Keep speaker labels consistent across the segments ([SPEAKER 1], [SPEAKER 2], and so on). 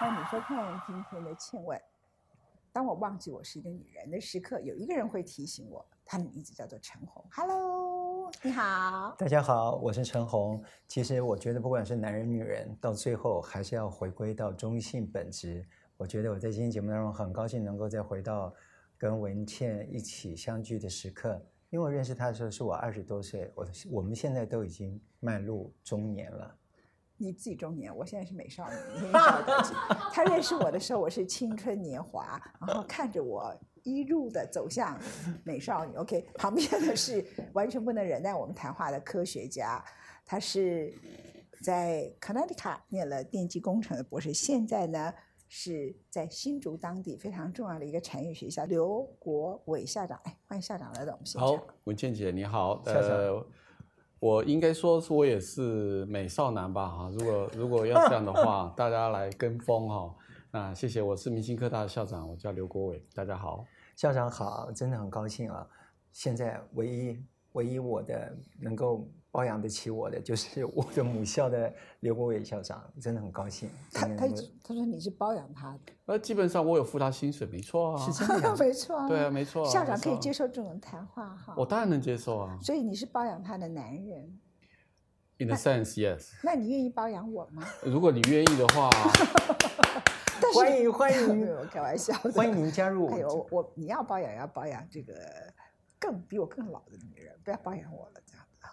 [SPEAKER 1] 欢迎你收看今天的《倩问》。当我忘记我是一个女人的时刻，有一个人会提醒我，她的名字叫做陈红。Hello，你好。
[SPEAKER 2] 大家好，我是陈红。其实我觉得，不管是男人女人，到最后还是要回归到中性本质。我觉得我在今天节目当中很高兴能够再回到跟文倩一起相聚的时刻，因为我认识她的时候是我二十多岁，我我们现在都已经迈入中年了。
[SPEAKER 1] 你自己中年，我现在是美少女，年少得志。他认识我的时候，我是青春年华，然后看着我一路的走向美少女。OK，旁 边的是完全不能忍耐我们谈话的科学家，他是在 Connecticut 念了电机工程的博士，现在呢是在新竹当地非常重要的一个产业学校。刘国伟校长，哎，欢迎校长来到我们现场。
[SPEAKER 3] 好，文倩姐你好，
[SPEAKER 2] 校长
[SPEAKER 3] 呃，我应该说是我也是美少男吧哈，如果如果要这样 的话，大家来跟风哈。那谢谢，我是明星科大的校长，我叫刘国伟，大家好。
[SPEAKER 2] 校长好，真的很高兴啊！现在唯一唯一我的能够包养得起我的，就是我的母校的刘国伟校长，真的很高兴。
[SPEAKER 1] 他
[SPEAKER 2] 今天
[SPEAKER 1] 他
[SPEAKER 2] 能够
[SPEAKER 1] 他说你是包养他的，
[SPEAKER 3] 那基本上我有付他薪水，没错啊。
[SPEAKER 2] 是 真 的呀
[SPEAKER 1] 没错啊，
[SPEAKER 3] 对啊，没错啊。
[SPEAKER 1] 校长
[SPEAKER 3] 没
[SPEAKER 1] 可
[SPEAKER 3] 错
[SPEAKER 1] 以
[SPEAKER 3] 啊
[SPEAKER 1] 接，受这种谈话哈。
[SPEAKER 3] 我当然能接受啊。
[SPEAKER 1] 所以你是包养他的男人，
[SPEAKER 3] In a sense, yes。
[SPEAKER 1] 那你愿意包养我吗？
[SPEAKER 3] 如果你愿意的 话，
[SPEAKER 1] 但是
[SPEAKER 2] 欢迎欢
[SPEAKER 1] 没
[SPEAKER 2] 迎
[SPEAKER 1] 有开玩笑的，
[SPEAKER 2] 欢迎您加入
[SPEAKER 1] 哎
[SPEAKER 2] 我
[SPEAKER 1] 呦，我你要包养要包养这个更比我更老的女人，不要包养我了这样子啊。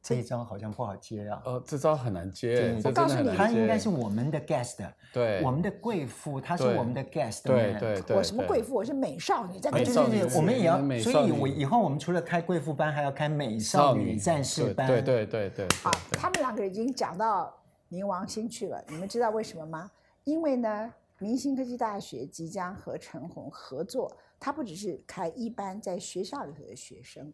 [SPEAKER 2] 这一张好像不好接啊。
[SPEAKER 3] 呃，这招很难接，
[SPEAKER 2] 嗯
[SPEAKER 3] 这
[SPEAKER 1] 我告
[SPEAKER 3] 真的
[SPEAKER 1] 诉你
[SPEAKER 3] 很难接。
[SPEAKER 2] 她应该是我们的 guest，
[SPEAKER 3] 对，
[SPEAKER 2] 我们的贵妇，她是
[SPEAKER 3] 对
[SPEAKER 2] 我们的 guest。
[SPEAKER 3] 对对。对，
[SPEAKER 1] 我什么
[SPEAKER 3] 对
[SPEAKER 1] 贵妇，我是美少女，在跟
[SPEAKER 2] 哎，
[SPEAKER 3] 美
[SPEAKER 2] 对
[SPEAKER 3] 少
[SPEAKER 2] 对
[SPEAKER 3] 女
[SPEAKER 2] 对，我们也
[SPEAKER 3] 我
[SPEAKER 2] 要
[SPEAKER 3] 们，美
[SPEAKER 2] 所
[SPEAKER 3] 少
[SPEAKER 2] 以我
[SPEAKER 3] 女
[SPEAKER 2] 以后我们除了开贵妇班，还要开美少女战士
[SPEAKER 3] 对
[SPEAKER 2] 班。
[SPEAKER 3] 对对对对。
[SPEAKER 1] 好，
[SPEAKER 3] 对
[SPEAKER 1] 他们两个已经讲到冥王星去了，你们知道为什么吗？因为呢，明星科技大学即将和陈红合作，他不只是开一般在学校里头的学生，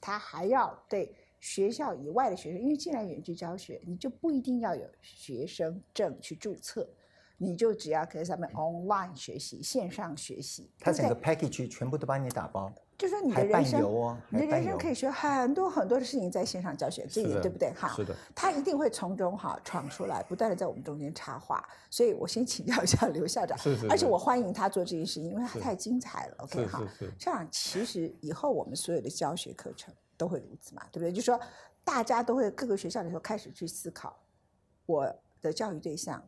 [SPEAKER 1] 他还要对学校以外的学生，因为既然远距教学，你就不一定要有学生证去注册，你就只要可以上面 online 学习、线上学习，
[SPEAKER 2] 他
[SPEAKER 1] 对不
[SPEAKER 2] 整
[SPEAKER 1] 对
[SPEAKER 2] 个 package 全部都帮你打包，
[SPEAKER 1] 就说你的
[SPEAKER 2] 还
[SPEAKER 1] 人
[SPEAKER 2] 伴
[SPEAKER 1] 生，
[SPEAKER 2] 游哦，
[SPEAKER 1] 你的
[SPEAKER 2] 还伴
[SPEAKER 1] 人生
[SPEAKER 2] 游
[SPEAKER 1] 可以学很多很多的事情在线上教学，这一
[SPEAKER 3] 是
[SPEAKER 1] 点
[SPEAKER 3] 的
[SPEAKER 1] 对不对？好，
[SPEAKER 3] 是的，
[SPEAKER 1] 他一定会从中哈闯出来，不断的在我们中间插话。所以我先请教一下刘校 长，
[SPEAKER 3] 是是是
[SPEAKER 1] 而且我欢迎他做这件事情，因为他
[SPEAKER 3] 是
[SPEAKER 1] 太精彩了。OK
[SPEAKER 3] 是
[SPEAKER 1] 哈，
[SPEAKER 3] 是是。
[SPEAKER 1] 校长，其实以后我们所有的教学课程都会如此嘛，对不对？就说大家都会各个学校里头开始去思考，我的教育对象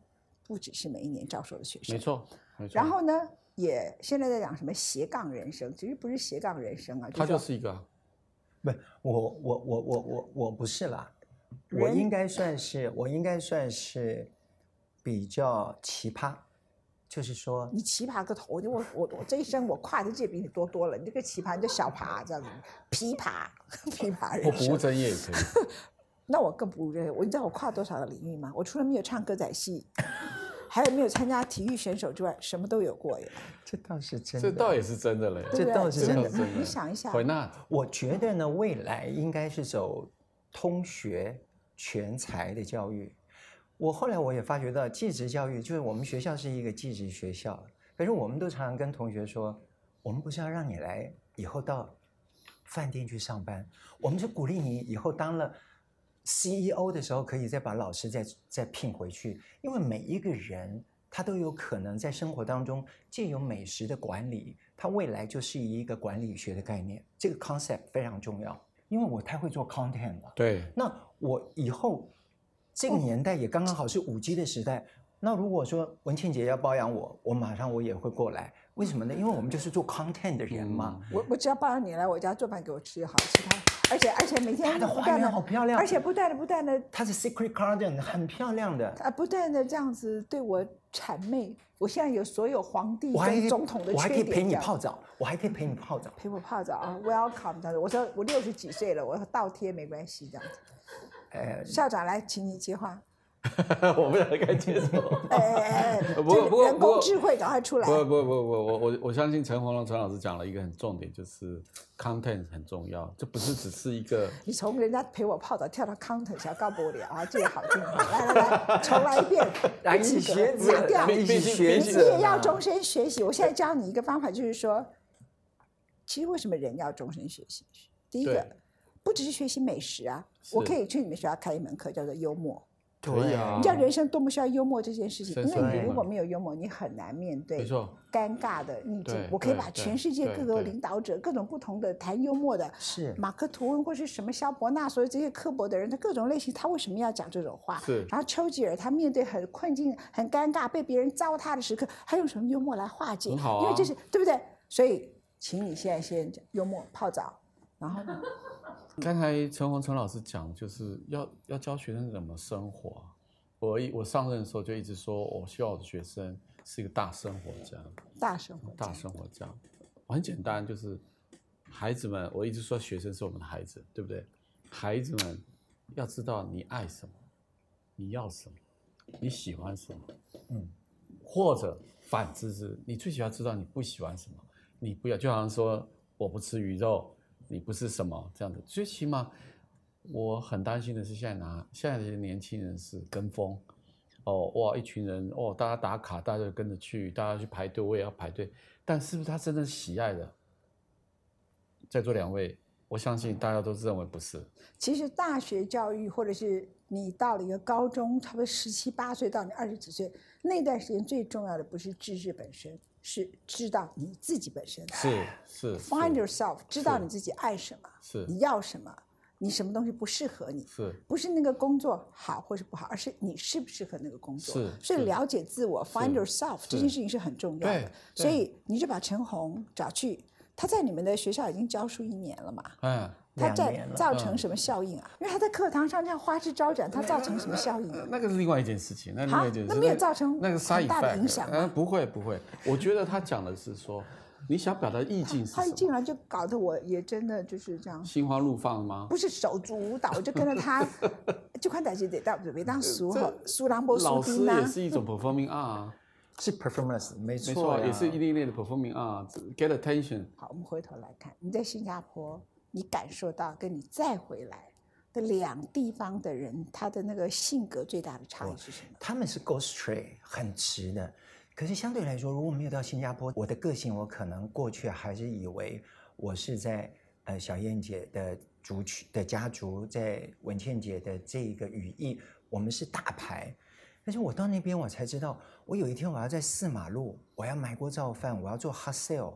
[SPEAKER 1] 不只是每一年招收的学生
[SPEAKER 3] 没，错，没错。
[SPEAKER 1] 然后呢，也现在在讲什么斜杠人生，其实不是斜杠人生啊，
[SPEAKER 3] 他
[SPEAKER 1] 说
[SPEAKER 3] 就是一个啊
[SPEAKER 2] 不，我我我我我我不是啦，我
[SPEAKER 1] 人
[SPEAKER 2] 应该算是我应该算是比较奇葩，就是说
[SPEAKER 1] 你奇葩个头！你我我我这一生我跨的界比你多多了，你这个奇葩，你这小爬这样子，琵琶 琵琶人
[SPEAKER 3] 或不务
[SPEAKER 1] 生。
[SPEAKER 3] 正业也可以。
[SPEAKER 1] 那我更不务正业。我你知道我跨多少个领域吗？我除了没有唱歌仔戏，还有没有参加体育选手之外，什么都有过耶。
[SPEAKER 2] 这倒是真的，
[SPEAKER 3] 这倒也是真的嘞。
[SPEAKER 1] 对
[SPEAKER 2] 这
[SPEAKER 1] 不对
[SPEAKER 2] 倒是
[SPEAKER 1] 这
[SPEAKER 2] 真
[SPEAKER 1] 倒
[SPEAKER 2] 的
[SPEAKER 1] 是。你想一想
[SPEAKER 3] 回纳
[SPEAKER 2] 我觉得呢，未来应该是走通学全才的教育。我后来我也发觉到，技职教育就是我们学校是一个技职学校，可是我们都常常跟同学说，我们不是要让你来以后到饭店去上班，我们是鼓励你以后当了 CEO 的时候，可以再把老师再再聘回去，因为每一个人他都有可能在生活当中借由美食的管理，他未来就是一个管理学的概念，这个 concept 非常重要，因为我太会做 content 了。
[SPEAKER 3] 对，
[SPEAKER 2] 那我以后这个年代也刚刚好是五 G 的时代。那如果说文倩姐要包养我，我马上我也会过来。为什么呢？因为我们就是做 content 的人嘛。
[SPEAKER 1] 我我只要抱着你来我家做饭给我吃就好，其他而且而且每天
[SPEAKER 2] 它的
[SPEAKER 1] 不
[SPEAKER 2] 花
[SPEAKER 1] 断
[SPEAKER 2] 园好
[SPEAKER 1] 的，
[SPEAKER 2] 漂亮，啊
[SPEAKER 1] 而且不断的不断的
[SPEAKER 2] 它是 secret garden，很漂亮的。
[SPEAKER 1] 啊不断的这样子对我谄媚。我现在有所有皇帝
[SPEAKER 2] 我还可以
[SPEAKER 1] 跟总统的
[SPEAKER 2] 我还可以
[SPEAKER 1] 缺点
[SPEAKER 2] 陪你
[SPEAKER 1] 这样
[SPEAKER 2] 泡澡，我还可以陪你泡澡。
[SPEAKER 1] 陪我泡澡啊，welcome 这样子。我说我六十几岁了，我说倒贴没关系这样子。
[SPEAKER 2] 呃，
[SPEAKER 1] 校长来，请你接话。
[SPEAKER 3] 我不知道该接什么。
[SPEAKER 1] 哎哎哎哎，
[SPEAKER 3] 不过
[SPEAKER 1] 这
[SPEAKER 3] 不过
[SPEAKER 1] 人
[SPEAKER 3] 不
[SPEAKER 1] 工
[SPEAKER 3] 过
[SPEAKER 1] 智慧赶快出来。
[SPEAKER 3] 不不不不，我我我相信陈红龙陈老师讲了一个很重点，就是 content 很重要，这不是只是一个
[SPEAKER 1] 你从人家陪我泡澡跳到 counter 小高博里啊，这个好进好。来来来，重来一 遍，
[SPEAKER 2] 来
[SPEAKER 1] 不及
[SPEAKER 2] 一起
[SPEAKER 1] 格
[SPEAKER 2] 学子
[SPEAKER 1] 拿，掉。
[SPEAKER 2] 来一
[SPEAKER 1] 你
[SPEAKER 2] 起
[SPEAKER 3] 必须
[SPEAKER 2] 学
[SPEAKER 3] 必须
[SPEAKER 2] 子
[SPEAKER 1] 也要
[SPEAKER 2] 呢
[SPEAKER 1] 终身学习。我现在教你一个方法，就是说，其实为什么人要终身学习？第一个
[SPEAKER 3] 对，
[SPEAKER 1] 不只是学习美食啊，我
[SPEAKER 3] 是
[SPEAKER 1] 可以去你们学校开一门课叫做幽默。
[SPEAKER 3] 可以啊
[SPEAKER 1] 你知道人生多么需要幽默这件事情，
[SPEAKER 3] 深
[SPEAKER 1] 因为
[SPEAKER 2] 邃
[SPEAKER 1] 你如
[SPEAKER 2] 嘛
[SPEAKER 1] 果没有幽默，你很难面
[SPEAKER 3] 没
[SPEAKER 1] 对
[SPEAKER 3] 错，
[SPEAKER 1] 尴尬的逆境
[SPEAKER 3] 对。
[SPEAKER 1] 我可以
[SPEAKER 3] 对
[SPEAKER 1] 把
[SPEAKER 3] 对
[SPEAKER 1] 全世界
[SPEAKER 3] 对
[SPEAKER 1] 各个
[SPEAKER 3] 对
[SPEAKER 1] 领导者、各种不同的谈幽默的，
[SPEAKER 2] 是
[SPEAKER 1] 马克吐温或是什么萧伯纳，所有这些刻薄的人，他各种类型，他为什么要讲这种话？
[SPEAKER 3] 是
[SPEAKER 1] 然后丘吉尔他面对很困境、很尴尬、被别人糟蹋的时刻，他用什么幽默来化解？
[SPEAKER 3] 很好啊
[SPEAKER 1] 因为这是对不对？所以，请你现在先幽默泡澡，然后呢
[SPEAKER 3] 刚才陈宏成老师讲，就是要要教学生怎么生活啊、我一我上任的时候就一直说，我希望我的学生是一个大生活家，
[SPEAKER 1] 大声活
[SPEAKER 3] 大生活家。很简单，就是孩子们，我一直说学生是我们的孩子，对不对？孩子们要知道你爱什么，你要什么，你喜欢什么，
[SPEAKER 2] 嗯，
[SPEAKER 3] 或者反之是，你最喜欢知道你不喜欢什么，你不要，就好像说我不吃鱼肉，你不吃什么这样子。最起码我很担心的是，现在拿现在的年轻人是跟风，哦哇，一群人哦，大家打卡，大家就跟着去，大家去排队，我也要排队。但是不是他真的喜爱的？在座两位，我相信大家都认为不是。
[SPEAKER 1] 其实大学教育，或者是你到了一个高中，差不多十七八岁到你二十几岁那段时间，最重要的不是知识本身，是知道你自己本身。
[SPEAKER 3] 是是
[SPEAKER 1] Find yourself，知道
[SPEAKER 3] 是
[SPEAKER 1] 你自己爱什么。
[SPEAKER 3] 是
[SPEAKER 1] 你要什么，你什么东西不适合你，
[SPEAKER 3] 是
[SPEAKER 1] 不是那个工作好或是不好，而是你适不适合那个工作。
[SPEAKER 3] 是
[SPEAKER 1] 所以
[SPEAKER 3] 是
[SPEAKER 1] 了解自我，find yourself 这件事情是很重要
[SPEAKER 3] 对
[SPEAKER 1] 的。所
[SPEAKER 3] 对
[SPEAKER 1] 以你就把陈红找去，他在你们的学校已经教书一年了嘛。
[SPEAKER 3] 嗯，
[SPEAKER 1] 他
[SPEAKER 2] 两
[SPEAKER 1] 在
[SPEAKER 2] 年了嗯
[SPEAKER 1] 造成什么效应啊？因为他在课堂上这样花枝招展，他造成什么效应啊？
[SPEAKER 3] 那个是另外一件事情，那另
[SPEAKER 1] 啊
[SPEAKER 3] 外一件事，
[SPEAKER 1] 那没有造成
[SPEAKER 3] 那个
[SPEAKER 1] 很大的影响吗
[SPEAKER 3] 嗯，不会不会，我觉得他讲的是说，你想表达的意境是
[SPEAKER 1] 啊他一
[SPEAKER 3] 什
[SPEAKER 1] 进
[SPEAKER 3] 么？
[SPEAKER 1] 来就搞得我也真的就是这样，
[SPEAKER 3] 心花怒放吗？
[SPEAKER 1] 不是手足舞蹈，我就跟着他，这款代志得到别
[SPEAKER 2] 呃
[SPEAKER 1] 当苏
[SPEAKER 3] 这
[SPEAKER 1] 和苏朗博苏
[SPEAKER 3] 老师
[SPEAKER 1] 丁呐
[SPEAKER 3] 也。是一种 performing art，啊
[SPEAKER 2] 是 performance，没
[SPEAKER 3] 没错
[SPEAKER 2] 错
[SPEAKER 3] 啊，
[SPEAKER 2] 呀，
[SPEAKER 3] 也是一另类的 performing art，get attention。
[SPEAKER 1] 好，我们回头来看，你在新加坡，你感受到跟你再回来的两地方的人，他的那个性格最大的差异是什么？
[SPEAKER 2] 他们是 go straight，很直的。可是相对来说，如果没有到新加坡，我的个性我可能过去还是以为我是在呃小燕姐的族群的家族，在文倩姐的这一个羽翼，我们是大牌。但是我到那边我才知道，我有一天我要在四马路，我要买锅造饭，我要做 hot sale。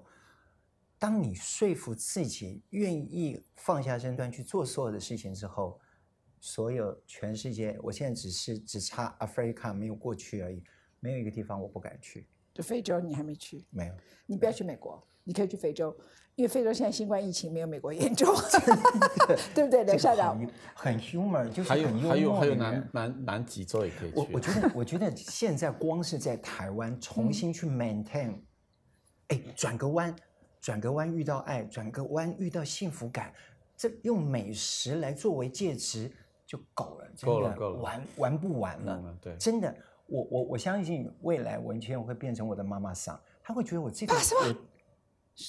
[SPEAKER 2] 当你说服自己愿意放下身段去做所有的事情之后，所有全世界，我现在只是只差 Africa 没有过去而已，没有一个地方我不敢去，
[SPEAKER 1] 就非洲你还没去，
[SPEAKER 2] 没有。
[SPEAKER 1] 你
[SPEAKER 2] 嗯
[SPEAKER 1] 不要去美国，你可以去非洲，因为非洲现在新冠疫情没有美国严重， 对不对，
[SPEAKER 2] 这
[SPEAKER 1] 梁
[SPEAKER 2] 个
[SPEAKER 1] 校长？
[SPEAKER 2] 很很 humor，就是
[SPEAKER 3] 还有
[SPEAKER 2] 很幽默
[SPEAKER 3] 还有还有
[SPEAKER 2] 的人
[SPEAKER 3] 南南南极洲也可以
[SPEAKER 2] 我我
[SPEAKER 3] 去，
[SPEAKER 2] 觉得，我觉得现在光是在台湾重新去 maintain，哎、转个弯，转个弯遇到爱，转个弯遇到幸福感，这用美食来作为介质就够了，真
[SPEAKER 3] 够了
[SPEAKER 2] 的
[SPEAKER 3] 够了
[SPEAKER 2] 玩玩不完
[SPEAKER 3] 够
[SPEAKER 2] 了
[SPEAKER 3] 了，啊对
[SPEAKER 2] 真的，我我我相信未来文倩会变成我的妈妈桑，她会觉得我这个
[SPEAKER 1] 啊什么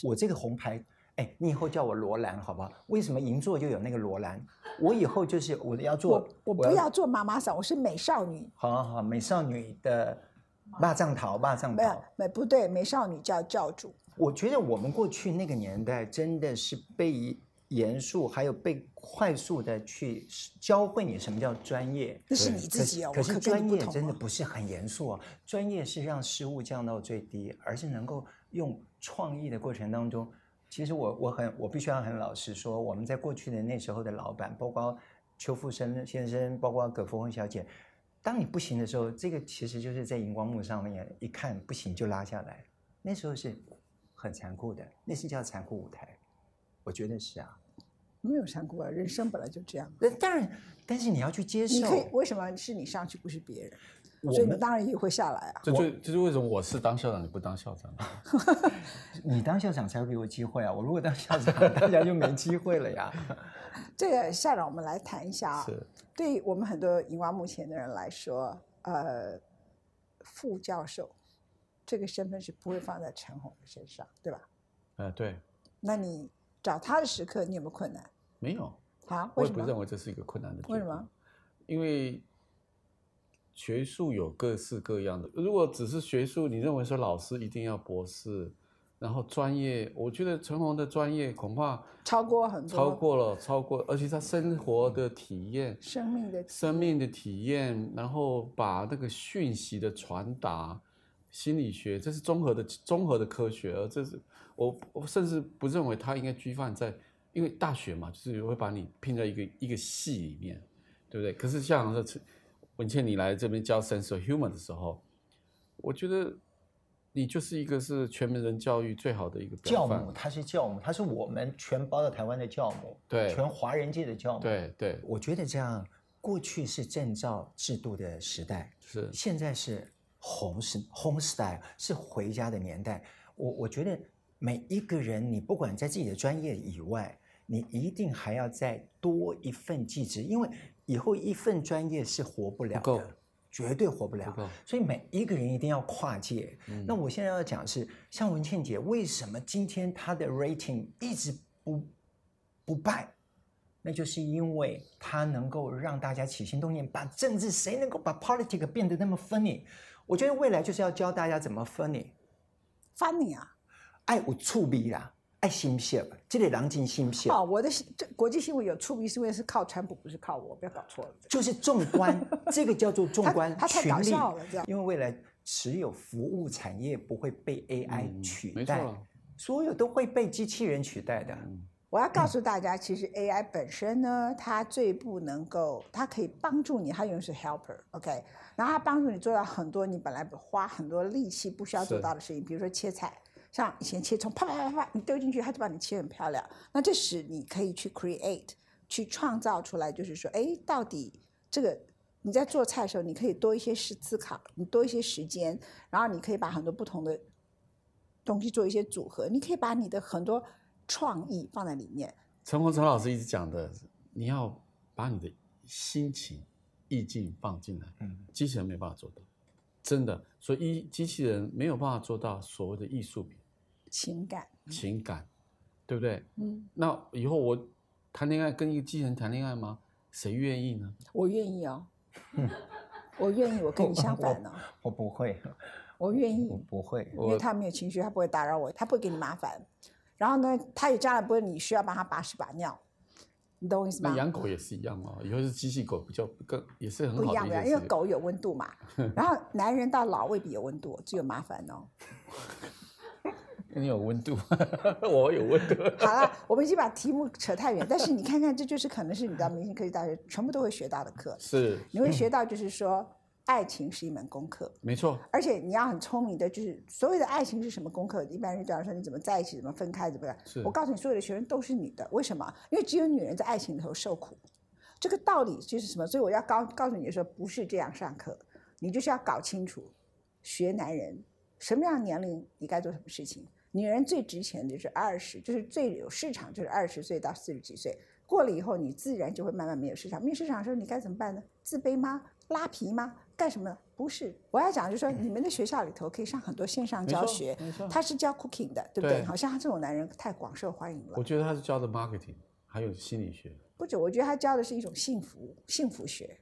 [SPEAKER 2] 我我这个红牌。哎，你以后叫我罗兰好不好？为什么银座就有那个罗兰？我以后就是我要做
[SPEAKER 1] 我，我不要做妈妈桑，我是美少女，
[SPEAKER 3] 嗯
[SPEAKER 2] 好好好，美少女的霸藏桃，霸藏
[SPEAKER 1] 啊没有
[SPEAKER 2] 桃。
[SPEAKER 1] 美不对，美少女叫教主。
[SPEAKER 2] 我觉得我们过去那个年代真的是被严肃，还有被快速的去教会你什么叫专业。
[SPEAKER 1] 那是
[SPEAKER 3] 对
[SPEAKER 1] 你
[SPEAKER 2] 可
[SPEAKER 1] 自己
[SPEAKER 2] 是
[SPEAKER 1] 哦，
[SPEAKER 2] 可是
[SPEAKER 1] 我可跟
[SPEAKER 2] 专
[SPEAKER 1] 你不
[SPEAKER 2] 业
[SPEAKER 1] 同、哦。
[SPEAKER 2] 真的不是很严肃啊，专业是让失误降到最低，而是能够用创意的过程当中，其实我我很我必须要很老实说，我们在过去的那时候的老板，包括邱富生先生，包括葛福红小姐，当你不行的时候，这个其实就是在荧光幕上面一看不行就拉下来，那时候是很残酷的，那是叫残酷舞台，我觉得是啊。
[SPEAKER 1] 没有想过，人生本来就这样。
[SPEAKER 2] 那当然，但是你要去接
[SPEAKER 1] 你
[SPEAKER 2] 受，
[SPEAKER 3] 哦
[SPEAKER 1] 可以为什么是你上去不是别人？
[SPEAKER 2] 我
[SPEAKER 1] 所以你
[SPEAKER 2] 们
[SPEAKER 1] 当然也会下来啊。
[SPEAKER 3] 这就就是为什么我是当校长，你不当校长。
[SPEAKER 2] 你当校长才会给我机会啊！我如果当校长， 大家就没机会了 呀。
[SPEAKER 1] 这个校长，我们来谈一下啊。
[SPEAKER 3] 是
[SPEAKER 1] 对于我们很多荧光幕前的人来说，呃，副教授这个身份是不会放在陈红的身上，对吧？
[SPEAKER 3] 呃，对，
[SPEAKER 1] 那你找他的时刻，你有没有困难？
[SPEAKER 3] 没有，
[SPEAKER 1] 啊？
[SPEAKER 3] 我
[SPEAKER 1] 为
[SPEAKER 3] 也
[SPEAKER 1] 什
[SPEAKER 3] 不认
[SPEAKER 1] 么？
[SPEAKER 3] 为这是一个困难的决定。
[SPEAKER 1] 为什么？
[SPEAKER 3] 因为学术有各式各样的。如果只是学术，你认为说老师一定要博士，然后专业，我觉得陈红的专业恐怕
[SPEAKER 1] 超过很多
[SPEAKER 3] 超过了，超过，而且他生活的体验、
[SPEAKER 1] 生命的
[SPEAKER 3] 生命的体验，然后把那个讯息的传达，心理学，这是综合的综合的科学，而这是我我甚至不认为他应该规范在，因为大学嘛，就是会把你拼在一个一个系里面，对不对？可是像这文倩你来这边教 sense of human 的时候，我觉得你就是一个是全民人教育最好的一个
[SPEAKER 2] 教
[SPEAKER 3] 表范
[SPEAKER 2] 母，，他是教母，他是我们全包到台湾的教母，
[SPEAKER 3] 对
[SPEAKER 2] 全华人界的教母。，
[SPEAKER 3] 对对
[SPEAKER 2] 我觉得这样，过去是证照制度的时代，
[SPEAKER 3] 是。
[SPEAKER 2] 现在是 home 时 home style 是回家的年代。我我觉得每一个人，你不管在自己的专业以外，你一定还要再多一份技职，因为以后一份专业是活不了
[SPEAKER 3] 不够
[SPEAKER 2] 的，绝对活不了
[SPEAKER 3] 不够。
[SPEAKER 2] 所以每一个人一定要跨界。
[SPEAKER 1] 嗯
[SPEAKER 3] 嗯
[SPEAKER 2] 那我现在要讲的是，像文倩姐，为什么今天她的 rating 一直不不败？那就是因为它能够让大家起心动念，把政治谁能够把 politics 变得那么 funny？我觉得未来就是要教大家怎么 funny，
[SPEAKER 1] funny 啊！
[SPEAKER 2] 爱有趣味啦，爱心笑，这个人真心
[SPEAKER 1] 哦，
[SPEAKER 2] 笑，
[SPEAKER 1] 我的新这国际新闻有触鼻，是因为是靠川普，不是靠我，不要搞错了。
[SPEAKER 2] 就是纵 观，这个叫做纵观
[SPEAKER 1] 他他太
[SPEAKER 2] 群
[SPEAKER 1] 搞
[SPEAKER 2] 力
[SPEAKER 1] 笑了这样。
[SPEAKER 2] 因为未来只有服务产业不会被 AI
[SPEAKER 3] 嗯
[SPEAKER 2] 取
[SPEAKER 3] 没
[SPEAKER 2] 代，
[SPEAKER 3] 错
[SPEAKER 2] 所有都会被机器人取代的。
[SPEAKER 1] 嗯我要
[SPEAKER 2] 嗯
[SPEAKER 1] 告诉大家，其实 AI 本身呢，它最不能够，它可以帮助你，它永远是 helper，OK，、然后它帮助你做到很多你本来花很多力气不需要做
[SPEAKER 3] 是
[SPEAKER 1] 到的事情，比如说切菜，像以前切葱，啪啪啪啪，你丢进去，它就把你切很漂亮。那这时你可以去 create，去创造出来，就是说，哎，到底这个你在做菜的时候，你可以多一些思思考，你多一些时间，然后你可以把很多不同的东西做一些组合，你可以把你的很多创意放在里面。
[SPEAKER 3] 陈红陈老师一直讲的，你要把你的心情、意境放进来，
[SPEAKER 2] 嗯
[SPEAKER 3] 机器人没办法做到，真的。所以一机器人没有办法做到所谓的艺术品、
[SPEAKER 1] 情感，
[SPEAKER 3] 情感，对不对？
[SPEAKER 1] 嗯，
[SPEAKER 3] 那以后我谈恋爱跟一个机器人谈恋爱吗？谁愿意呢？
[SPEAKER 1] 我愿意 哦，我愿意，我跟你相反呢、
[SPEAKER 2] 我不会，
[SPEAKER 1] 我愿意
[SPEAKER 2] 我，不会。
[SPEAKER 1] 因为他没有情绪，他不会打扰我，他不会给你麻烦。然后呢，他也将来不会你需要帮他把屎把尿，你懂我意思吗
[SPEAKER 3] 那？养狗也是一样哦，以后是机器狗比较更也是很
[SPEAKER 1] 不一
[SPEAKER 3] 好的
[SPEAKER 1] 样
[SPEAKER 3] 一
[SPEAKER 1] 不一样，
[SPEAKER 3] 件
[SPEAKER 1] 因为
[SPEAKER 3] 事。
[SPEAKER 1] 狗有温度 嘛。然后男人到老未必有温度，只有麻烦哦。
[SPEAKER 3] 你有温度， 我有温度。
[SPEAKER 1] 好了，我们已经把题目扯太远，但是你看看，这就是可能是你到明星科技大学全部都会学到的课，
[SPEAKER 3] 是，
[SPEAKER 1] 你会学到就是说，爱情是一门功课。
[SPEAKER 3] 没错，
[SPEAKER 1] 而且你要很聪明的，就是所谓的爱情是什么功课？一般人讲说你怎么在一起，怎么分开，怎么样
[SPEAKER 3] 是？
[SPEAKER 1] 我告诉你，所有的学生都是女的，为什么？因为只有女人在爱情里头受苦，这个道理就是什么？所以我要告告诉你说，不是这样上课，你就是要搞清楚，学男人什么样的年龄你该做什么事情。女人最值钱的就是二十，就是最有市场，就是二十岁到四十几岁。过了以后，你自然就会慢慢没有市场。没有市场的时候，你该怎么办呢？自卑吗？拉皮吗？干什么呢？不是，我要讲就是说，你们的学校里头可以上很多线上
[SPEAKER 3] 没错
[SPEAKER 1] 教学
[SPEAKER 3] 没错，
[SPEAKER 1] 他是教 cooking 的，对不对？
[SPEAKER 3] 对
[SPEAKER 1] 好像他这种男人太广受欢迎了
[SPEAKER 3] 我。觉得他是教的 marketing，还有心理学。
[SPEAKER 1] 不止，我觉得他教的是一种幸福幸福学，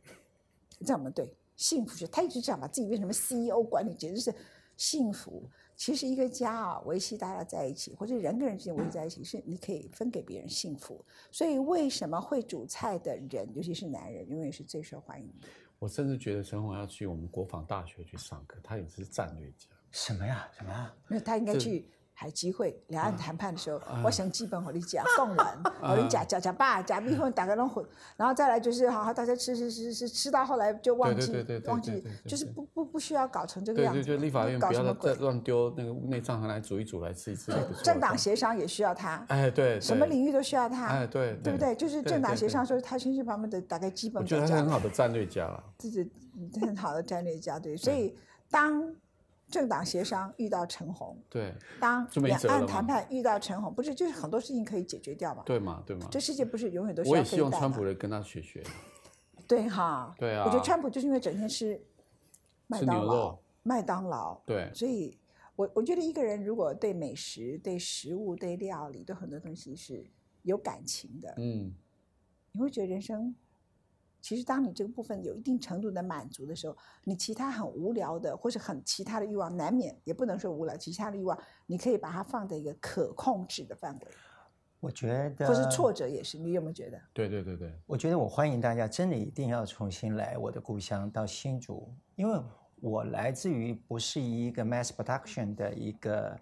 [SPEAKER 1] 这样吗？对，幸福学，他一直讲把自己变成什么 CEO 管理者，就是幸福。其实一个家啊，维系大家在一起，或者人跟人之间维系在一起，是你可以分给别人幸福。所以为什么会煮菜的人，尤其是男人，永远是最受欢迎的？
[SPEAKER 3] 我甚至觉得陈红要去我们国防大学去上课，他也是战略家。
[SPEAKER 2] 什么呀？什么呀？
[SPEAKER 1] 因为他应该
[SPEAKER 3] 这啊
[SPEAKER 1] 去海基会两岸谈判的时候，我想基本和你讲讲完，和你讲讲讲爸讲蜜蜂大家拢混，然后再来就是好好大家吃吃吃吃吃到后来就忘
[SPEAKER 3] 对
[SPEAKER 1] 记
[SPEAKER 3] 对对对
[SPEAKER 1] 忘
[SPEAKER 3] 对
[SPEAKER 1] 记
[SPEAKER 3] 对，对
[SPEAKER 1] 就是
[SPEAKER 3] 对
[SPEAKER 1] 不不不需要搞成这个
[SPEAKER 3] 对
[SPEAKER 1] 样
[SPEAKER 3] 对
[SPEAKER 1] 子，
[SPEAKER 3] 对，立法院
[SPEAKER 1] 啊搞
[SPEAKER 3] 不
[SPEAKER 1] 什
[SPEAKER 3] 要
[SPEAKER 1] 么
[SPEAKER 3] 再
[SPEAKER 1] 鬼？
[SPEAKER 3] 乱丢那个内脏，来煮一煮来吃一吃也不错。
[SPEAKER 1] 政党协商也需要他，
[SPEAKER 3] 哎对，
[SPEAKER 1] 什么
[SPEAKER 3] 对？
[SPEAKER 1] 领域都需要他，
[SPEAKER 3] 哎对
[SPEAKER 1] 对不对？就是
[SPEAKER 3] 对
[SPEAKER 1] 政党
[SPEAKER 3] 对
[SPEAKER 1] 协
[SPEAKER 3] 对
[SPEAKER 1] 商说他先是把我们的大概基
[SPEAKER 3] 我
[SPEAKER 1] 本
[SPEAKER 3] 觉得
[SPEAKER 1] 搞
[SPEAKER 3] 他是
[SPEAKER 1] 讲
[SPEAKER 3] 很好的战略家了。
[SPEAKER 1] 自己很好的战略家，
[SPEAKER 3] 嗯
[SPEAKER 1] 对，所以当政党协商遇到陈红。
[SPEAKER 3] 对
[SPEAKER 1] 当
[SPEAKER 3] 就没
[SPEAKER 1] 两
[SPEAKER 3] 辙
[SPEAKER 1] 岸
[SPEAKER 3] 了
[SPEAKER 1] 谈
[SPEAKER 3] 吗
[SPEAKER 1] 判遇到陈红，不是就是很多事情可以解决掉嘛？
[SPEAKER 3] 对嘛对嘛，
[SPEAKER 1] 这世界不是永远都需
[SPEAKER 3] 我
[SPEAKER 1] 要
[SPEAKER 3] 也
[SPEAKER 1] 飞
[SPEAKER 3] 希望
[SPEAKER 1] 弹
[SPEAKER 3] 川
[SPEAKER 1] 吗
[SPEAKER 3] 普人跟他学学，
[SPEAKER 1] 对哈，
[SPEAKER 3] 对
[SPEAKER 1] 我觉得
[SPEAKER 3] 啊
[SPEAKER 1] 川普就是因为整天吃麦
[SPEAKER 3] 吃
[SPEAKER 1] 当
[SPEAKER 3] 牛
[SPEAKER 1] 劳
[SPEAKER 3] 肉，
[SPEAKER 1] 麦当劳，
[SPEAKER 3] 对
[SPEAKER 1] 所以我我觉得一个人如果对美食、对食物、对料理、对很多东西是有感情的，
[SPEAKER 3] 嗯，
[SPEAKER 1] 你会觉得人生其实当你这个部分有一定程度的满足的时候，你其他很无聊的或是很其他的欲望，难免也不能说无聊，其他的欲望你可以把它放在一个可控制的范围，
[SPEAKER 2] 我觉得，
[SPEAKER 1] 或是挫折也是。你有没有觉得？
[SPEAKER 3] 对对对对，
[SPEAKER 2] 我觉得我欢迎大家，真的一定要重新来我的故乡到新竹，因为我来自于不是一个 mass production 的一个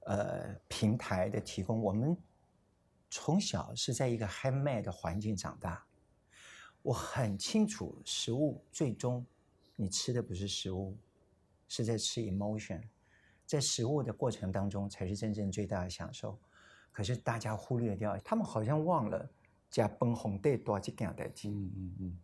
[SPEAKER 2] 呃平台的提供，我们从小是在一个 handmade 的环境长大，我很清楚食物最终你吃的不是食物，是在吃 emotion，在食物的过程当中才是真正最大的享受。可是大家忽略掉，他们好像忘了加崩红对多这件代志，
[SPEAKER 3] 嗯嗯嗯，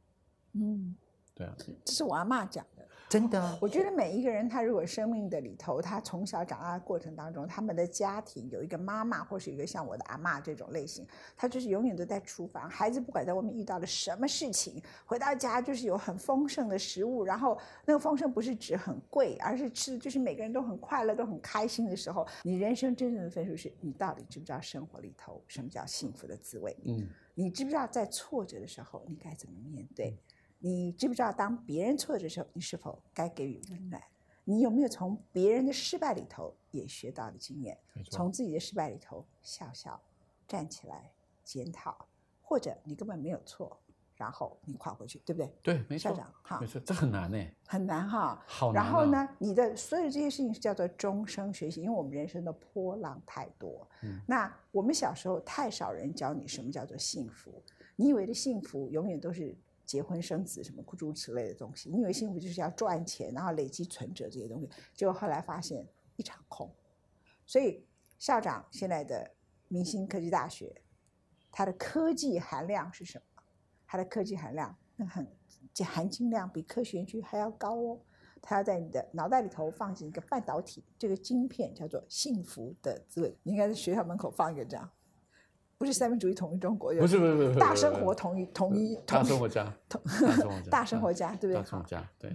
[SPEAKER 1] 嗯，
[SPEAKER 3] 对啊，
[SPEAKER 1] 这是我阿妈讲的。
[SPEAKER 2] 真的啊。
[SPEAKER 1] 我觉得每一个人，他如果生命的里头，他从小长大的过程当中，他们的家庭有一个妈妈，或是有一个像我的阿嬷这种类型，他就是永远都在厨房。孩子不管在外面遇到了什么事情，回到家就是有很丰盛的食物，然后那个丰盛不是指很贵，而是吃的就是每个人都很快乐、都很开心的时候，你人生真正的分数是你到底知不知道生活里头什么叫幸福的滋味？
[SPEAKER 3] 嗯
[SPEAKER 1] 你知不知道在挫折的时候你该怎么面对？
[SPEAKER 3] 嗯
[SPEAKER 1] 你知不知道当别人挫折的时候，你是否该给予温暖？你有没有从别人的失败里头也学到的经验？
[SPEAKER 3] 没错，
[SPEAKER 1] 从自己的失败里头笑笑，站起来检讨，或者你根本没有错，然后你跨过去，对不对？
[SPEAKER 3] 对，没
[SPEAKER 1] 校
[SPEAKER 3] 错，
[SPEAKER 1] 长，哈
[SPEAKER 3] 没，错，这很难呢，
[SPEAKER 1] 很难哈。
[SPEAKER 3] 好难。哦啊
[SPEAKER 1] 然后？呢，你的所有这些事情是叫做终生学习，因为我们人生的波浪太多。
[SPEAKER 3] 嗯
[SPEAKER 1] 那我们小时候太少人教你什么叫做幸福，你以为的幸福永远都是结婚生子什么诸如此类的东西，你以为幸福就是要赚钱，然后累积存折这些东西，结果后来发现一场空。所以校长现在的明星科技大学，它的科技含量是什么？它的科技含量那很含金量比科学园区还要高哦。它要在你的脑袋里头放进一个半导体，这个晶片叫做幸福的滋味。你应该在学校门口放一个这样，不是三民主义统一中国，
[SPEAKER 3] 不是不是不是，不是
[SPEAKER 1] 大生活
[SPEAKER 3] 不是
[SPEAKER 1] 统一统一
[SPEAKER 3] 大
[SPEAKER 1] 统
[SPEAKER 3] 生
[SPEAKER 1] 一
[SPEAKER 3] 活家，
[SPEAKER 1] 统
[SPEAKER 3] 大生 活家，
[SPEAKER 1] 大生活家，对不对？
[SPEAKER 3] 大生
[SPEAKER 1] 好
[SPEAKER 3] 活家，对。